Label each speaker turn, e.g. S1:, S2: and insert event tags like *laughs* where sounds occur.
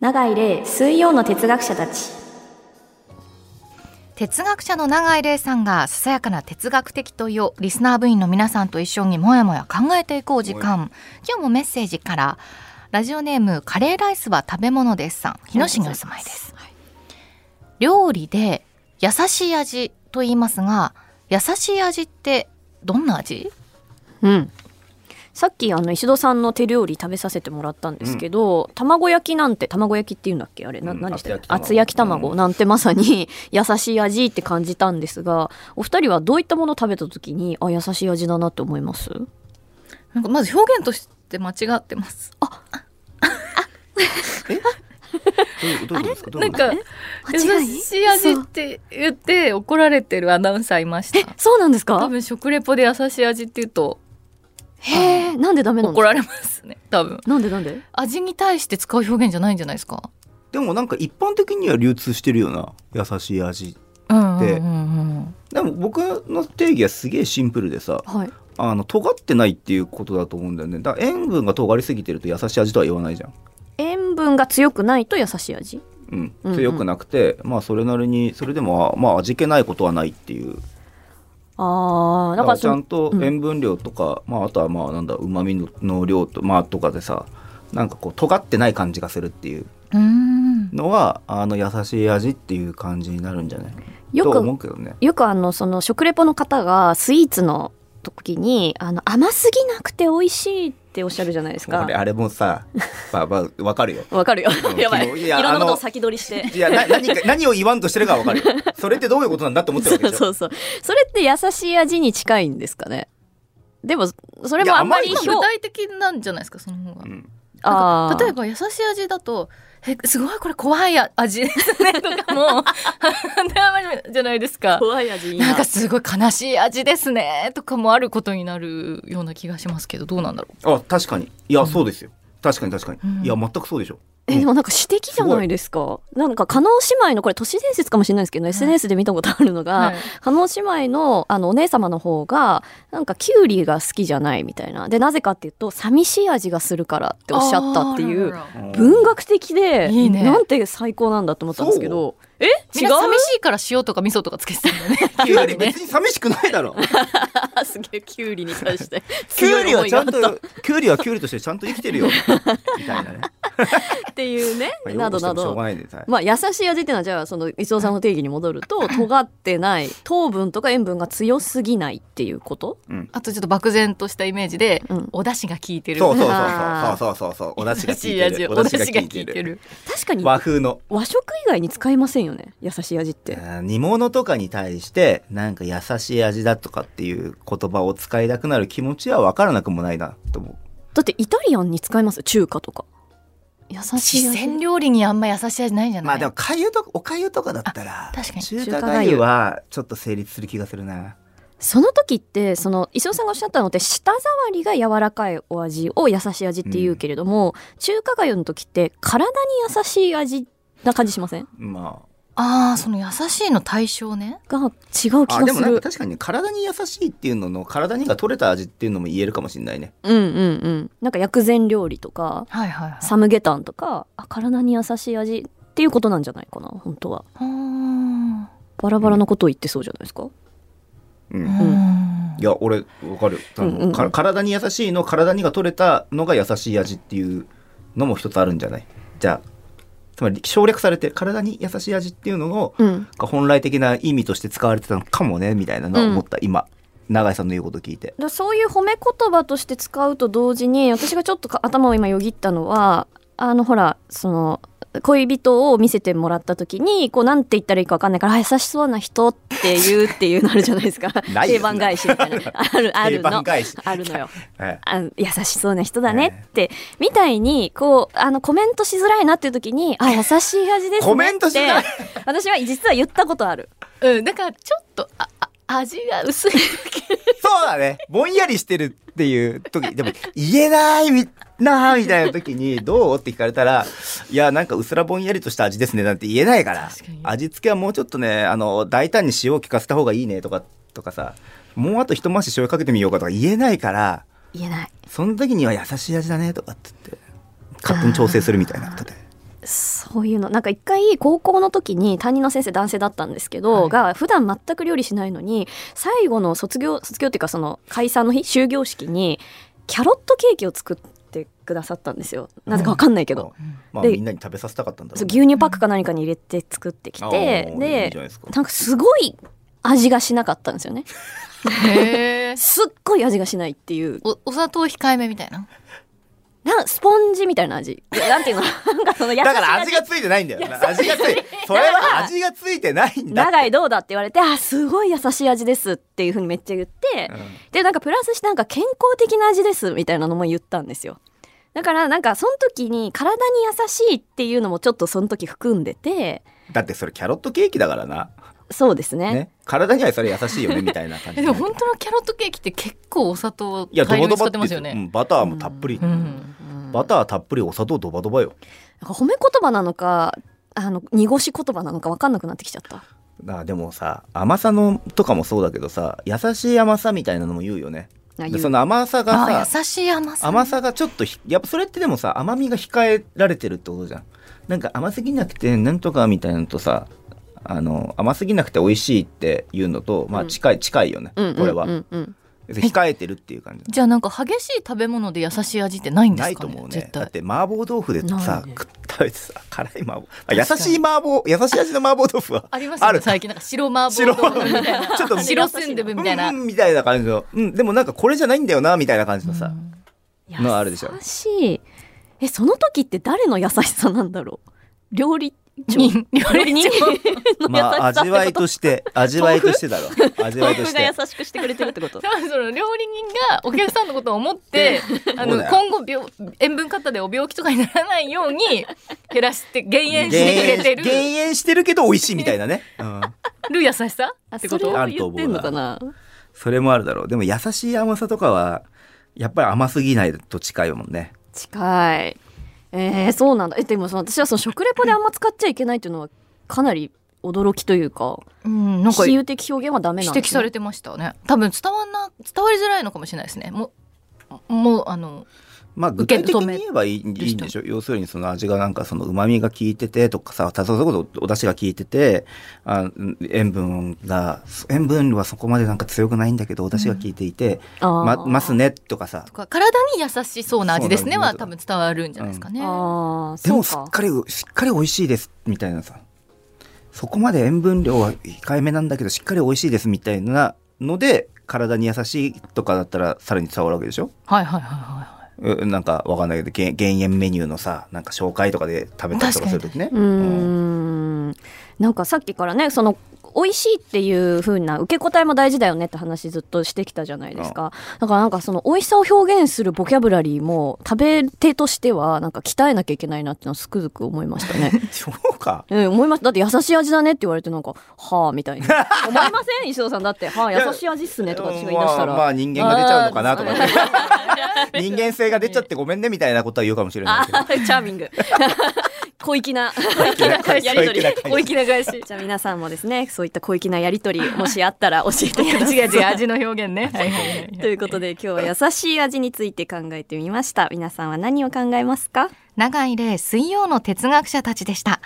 S1: 永井玲水曜の哲学者たち
S2: 哲学者の永井玲さんがささやかな哲学的問いをリスナー部員の皆さんと一緒にもやもや考えていこう時間今日もメッセージからラジオネームカレーライスは食べ物ですさん日野市にお住まいです、料理で優しい味と言いますが優しい味ってどんな味
S1: うんさっきあの石戸さんの手料理食べさせてもらったんですけど、卵焼きなんて卵焼きっていうんだっけあれな
S3: うん
S1: 何でしたっけ
S3: 厚
S1: 厚
S3: 焼
S1: 焼
S3: き
S1: き
S3: 卵
S1: 卵なんてまさに *laughs* 優しい味って感じたんですがお二人はどういったものを食べた時にあ優しい味だなって思います
S2: なんかまず表現として間違ってます
S3: えどういうことですかどう
S2: ないん
S3: うこと
S2: か優しい味って言って怒られてるアナウンサーいました
S1: そうなんです
S2: 多
S1: か
S2: 分食レポで優しい味って言うと
S1: へえなんでダメなんで
S2: 怒
S1: す
S2: ら
S1: か
S2: れますね多分
S1: なんでなんで
S2: 味に対して使う表現じゃないんじゃないですか
S3: でもなんか一般的には流通してるような優しい味
S2: うんうん
S3: で
S2: うんうん
S3: でも僕の定義はすげえシンプルでさ
S1: はい
S3: あの尖ってないっていうことだと思うんだよねだから塩分が尖りすぎてると優しい味とは言わないじゃん
S1: 塩分が強くないと優しい味
S3: うん
S1: うんうん
S3: 強くなくて、まあそれなりにそれでもあまあ味気ないことはないっていう
S1: ああだ
S3: だ
S1: か
S3: かららち
S1: そ
S3: ゃ
S1: の
S3: んと
S1: うん
S3: 塩分量とか、まああとはまあなんだうまみの量とまあとかでさなんかこう尖ってない感じがするっていう
S2: うーん
S3: のはあの優しい味っていう感じになるんじゃない
S1: よ
S3: と
S1: く
S3: 思うけどね。
S1: よくあのその食レポの方がスイーツの時にあの甘すぎなくて美味しいっておっしゃるじゃないですか
S3: 俺。あれもさ、まあまあわかるよ。
S1: わかるよ
S3: う。ん
S1: やばい。
S3: 昨日
S1: い
S3: いや
S1: ろんなこ
S3: あ
S1: と
S3: の
S1: を先取りして。
S3: いやな *laughs* 何か何を言わんとしてるかわかるよ。それってどういうことなんだって思って
S1: そ
S3: るわけ
S1: う
S3: でしょ。
S1: *laughs* そうそう。それって優しい味に近いんですかね。でもそれ
S3: い
S1: も
S3: や
S1: あんまり
S3: あんまり
S1: 表
S3: 今
S2: 具体的なんじゃないですかその方が
S3: う。ん
S2: なん
S1: あ
S2: か
S1: ー
S2: 例えば優しい味だと「えすごいこれ怖い味ですね」とか *laughs* もじゃないですか。
S1: 怖い味いい
S2: なん
S1: な
S2: か。すごい悲しい味ですねとかもあることになるような気がしますけどどうなんだろう
S3: あ確かにいやそうですよ。確かに確かに、
S2: うん
S3: いや全くそうでしょ。
S1: えでもなんか詩的じゃないですか。なんか加納姉妹のこれ都市伝説かもしれないですけど、SNS で見たことあるのが。
S2: はい
S1: 加納姉妹のあのお姉様の方がなんかキュウリが好きじゃないみたいなでなぜかっていうと寂しい味がするからっておっしゃったってい
S2: あ
S1: う
S2: ららら
S3: うん
S1: 文学的で
S2: いいね
S1: なんて最高なんだと思ったんですけどえ
S2: み
S1: 違
S2: ん
S1: う
S2: な寂しいから塩とか味噌とかつけてたんだ *laughs* よね
S3: キュウリ別に寂しくないだろ。
S1: すげえキュウリに対 *laughs* して
S3: キュウリはちゃん
S1: 強い思いがあっ
S3: とキュウリはキュウリとしてちゃんと生きてるよみたいなね。
S1: たっていうね
S3: まあ
S1: などな
S3: 擁護してもしょうが
S1: ど。
S3: ないではい
S1: まあ、優しい味っていうのはじゃあその磯尾さんの定義に戻ると尖ってない糖分とか塩分が強すぎないっていうこと、
S3: うん
S2: あとちょっと漠然としたイメージで
S1: うん、
S2: お出汁が効いてる
S3: そうそうそう
S1: あー
S3: そうそうそうそうお出汁が効
S2: 優し
S3: いて
S2: い味
S3: る
S2: お出汁が効い
S3: お出
S2: て
S3: 汁が効
S2: る
S1: 確かに
S3: 和風の
S1: 和食以外に使いませんよね優しい味って
S3: あー煮物とかに対してなんか優しい味だとかっていう言葉を使いたくなる気持ちは分からなくもないなと思う
S1: だってイタリアンに使いますよ中華とか優しい
S2: 四川
S1: 味
S2: 料理にあんま優しい味ないんじゃない
S3: まあでもかゆとおかゆとかだったら
S2: あ確かに
S3: 中
S1: 中華
S3: 華
S1: 粥
S3: 粥はちょっと成立する気がするな
S1: その時ってその石尾さんがおっしゃったのって舌触りが柔らかいお味を優しい味って言うけれども、中華粥の時って体に優しい味な感じしません
S3: ま
S2: ああその優しいの対象ね
S1: が違う
S3: あ
S1: 気
S3: あ
S1: が
S3: でも
S1: す
S3: なんか
S1: る
S3: 確かにね体に優しいっていうのの体にが取れた味っていうのも言えるかもしれないね
S1: うんうんうんなんか薬膳料理とか
S2: はいはいはい
S1: サムゲタンとかあ体に優しい味っていうことなんじゃないかな本当は
S2: うーん
S1: バラバラのことを言ってそうじゃないですか、
S3: うん、
S2: うーん
S3: いや俺わかるあの
S1: うんうんうん
S3: か体に優しいの体にが取れたのが優しい味っていうのも一つあるんじゃないじゃあつまり省略されて体に優しい味っていうのの
S1: うん
S3: が本来的な意味として使われてたのかもねみたいなのを思った、今永井さんの言うこと聞いて
S1: だそういう褒め言葉として使うと同時に私がちょっとか頭を今よぎったのはあのほらその恋人を見せてもらった時にこうなんて言ったらいいか分かんないからあ優しそうな人って言うっていうのあるじゃないですか
S3: *laughs* ない
S1: 定
S3: よ
S1: 番返しみたいなあ
S3: *laughs*
S1: るある
S3: 定
S1: の
S3: 番返し
S1: *laughs* あるのよ
S3: え
S1: あ優しそうな人だねって、みたいにこうあのコメントしづらいなっていう時にあ優しい味ですねって
S3: コメントしづらい
S1: *laughs* 私は実は言ったことある
S2: うんだからちょっとああ味が薄い
S3: えそうだねぼんやりしてるっていう時でも言えないみなあみたいな
S1: *laughs*
S3: 時に「どう?」って聞かれたら「いやなんかうすらぼんやりとした味ですね」なんて言えないから
S2: 確かに
S3: 味付けはもうちょっとねあの大胆に塩を効かせた方がいいねとかとかさもうあと一回し醤油かけてみようかとか言えないから
S1: 言えない
S3: その時には優しい味だねとかって言って勝手に調整するみたいなことで。
S1: そういうのなんか一回高校の時に担任の先生男性だったんですけど、
S2: はい
S1: が普段全く料理しないのに最後の卒業卒業っていうかその解散の日終業式にキャロットケーキを作ってくださったんですよなぜかわかんないけど、
S3: まあ
S1: で
S3: みんなに食べさせたかったんだろ
S1: そうう
S3: ね
S1: 牛乳パックか何かに入れて作ってき
S3: あ
S1: て
S3: ーいいじ
S1: で
S3: ゃないですか
S1: なんかすごい味がしなかったんですよ
S3: *laughs*
S1: ね
S2: へえ。
S1: すっごい味がしないっていう
S2: おお砂糖控えめみたいな。
S1: なんスポンジみたいな味なんていうの *laughs* なんかその優しい
S3: だから味がついてないんだよな味がついそれは味がついてないんだ
S1: 長いどうだって言われて「あすごい優しい味です」っていうふうにめっちゃ言って、
S3: うん
S1: でなんかプラスしてなんか健康的な味ですみたいなのも言ったんですよだからなんかその時に体に優しいっていうのもちょっとその時含んでて
S3: だってそれキャロットケーキだからな
S1: そうですね
S3: ね体にはそれ優しいよねみたいな
S2: *laughs*
S3: 感じ
S2: えでも本当のキャロットケーキって結構お砂糖
S3: いやド
S2: 大量
S3: バ
S2: に
S3: ド
S2: 使
S3: バ
S2: ってま
S3: っ
S2: す
S3: て
S2: よ
S3: う
S2: ね。
S3: んバターもたっぷり
S2: うん。
S3: バターたっぷりお砂糖ドバドバよ
S1: なんか褒め言葉なのかあの濁し言葉なのか分かんなくなってきちゃった
S3: あでもさ甘さのとかもそうだけどさ優しい甘さみたいなのも言うよね
S1: あ
S3: で
S1: 言う
S3: その甘さが
S2: あ
S3: さ
S2: 優しい甘さ。
S3: 甘さがちょっとひやっぱそれってでもさ甘みが控えられてるってことじゃんなんか甘すぎなくてなんとかみたいなのとさあの甘すぎなくて美味しいっていうのとまあ
S1: うん
S3: 近い、近いよね、
S1: うんうんうん
S3: これは
S1: うんうん
S3: 控えてるっていう感じ
S2: じゃあなんか激しい食べ物で優しい味ってないんですか、
S3: な
S2: ね、
S3: いと思うね
S2: 絶
S3: だっ
S2: 対。
S3: て麻婆豆腐で
S1: な
S3: さ、
S1: いね
S3: 食食べてさ辛い麻婆あ優しい麻婆優しい味の麻婆豆腐は
S2: ありますよ
S3: あ
S2: ね
S3: る
S2: 最近なんか白麻婆豆腐みたいな
S3: 白ちょっと
S2: 白スンドゥブみたいな
S3: う。んみたいな感じの、うん、でもなんかこれじゃないんだよなみたいな感じのさ、のあるでしょ
S1: 優しいえその時って誰の優しさなんだろう料理長
S3: *laughs*
S2: 人
S1: 料理人の
S3: まあ
S1: 優しさ
S3: 味わいとして味わいとしてだろ味わ
S1: 豆
S3: いと
S1: 腐
S3: し
S1: が
S3: て
S1: 優しくしてくれてるって
S3: *laughs*
S1: こと
S2: 多分その料理人がお客さんのことを思ってあ
S3: そう
S2: の
S3: だよ
S2: 今後病塩分過多でお病気とかにならないように減らして減塩してくれてる
S3: 減塩してるけど美味しいみたいなね、うん、
S2: る優しさ
S1: あ
S2: って
S1: そ
S2: こ
S1: れを
S2: と
S3: あると
S1: 言っ
S3: 思うな
S1: てんのかな
S3: それもあるだろうでも優しい甘さとかはやっぱり甘すぎないと近いもんね
S1: 近いえー、そうなんだえでもその私はその食レポであんま使っちゃいけないっていうのはかなり驚きというか
S2: うんなんか
S1: 比
S2: 指
S1: 喩的表現はダメなんです、ね、
S2: 摘されてましたね多分伝わんな伝わりづらいのかもしれないですねもうもうあの
S3: まあ具
S2: 受
S3: 体
S2: け
S3: 的
S2: 止
S3: に
S2: め
S3: 言えばいい
S2: 人
S3: いいんでしょ要するにその味がなんかその旨味が効いててとかさたそれこそお出汁が効いててあうん塩分が塩分はそこまでなんか強くないんだけどお出汁が効いていて、ま
S1: あー
S3: ますねとかさ
S2: とか体に優しそうな味ですね
S3: そうなん
S2: は
S3: です
S2: 多分伝わるんじゃないですかね、
S1: あー
S3: で
S1: そう
S3: もす
S1: か
S3: っかりしっかり美味しいですみたいなさそこまで塩分量は控えめなんだけどしっかり美味しいですみたいなので体に優しいとかだったらさらに伝わるわけでしょ
S2: はいはいはいは
S3: うなんかわかんないけど減減塩メニューのさなんか紹介とかで食べたりとかするときね
S1: うーんなんかさっきからねその美味しいっていう風な受け答えも大事だよねって話ずっとしてきたじゃないですかだからなんかその美味しさを表現するボキャブラリーも食べ手としてはなんか鍛えなきゃいけないなってのはつくづく思いましたね
S3: そうか
S1: うん思いましただって優しい味だねって言われてなんかはあみたい
S3: *laughs*
S1: な思いません石戸さんだってはあ
S3: いや
S1: 優しい味っすねとか私が言い出した
S3: まあ、
S1: ら、
S3: まあ人間が出ちゃうのかなとかね
S2: い
S3: *laughs* 人間性が出ちゃってごめんねみたいなことは言うかもしれない
S1: あ
S3: けど
S1: ーチャーミング *laughs* 小粋な
S3: 粋な返し
S1: やりとり
S3: 小粋な返し
S1: 小粋な返しじゃあ皆さんもですねそういった小粋なやり
S3: *laughs*
S1: 取りもしあったら教えてく *laughs* ださい
S2: 違う違う味の表現ねはいはいはい
S1: *laughs* ということで今日は優しい味について考えてみました皆さんは何を考えますか
S2: 永井玲水曜の哲学者たちでした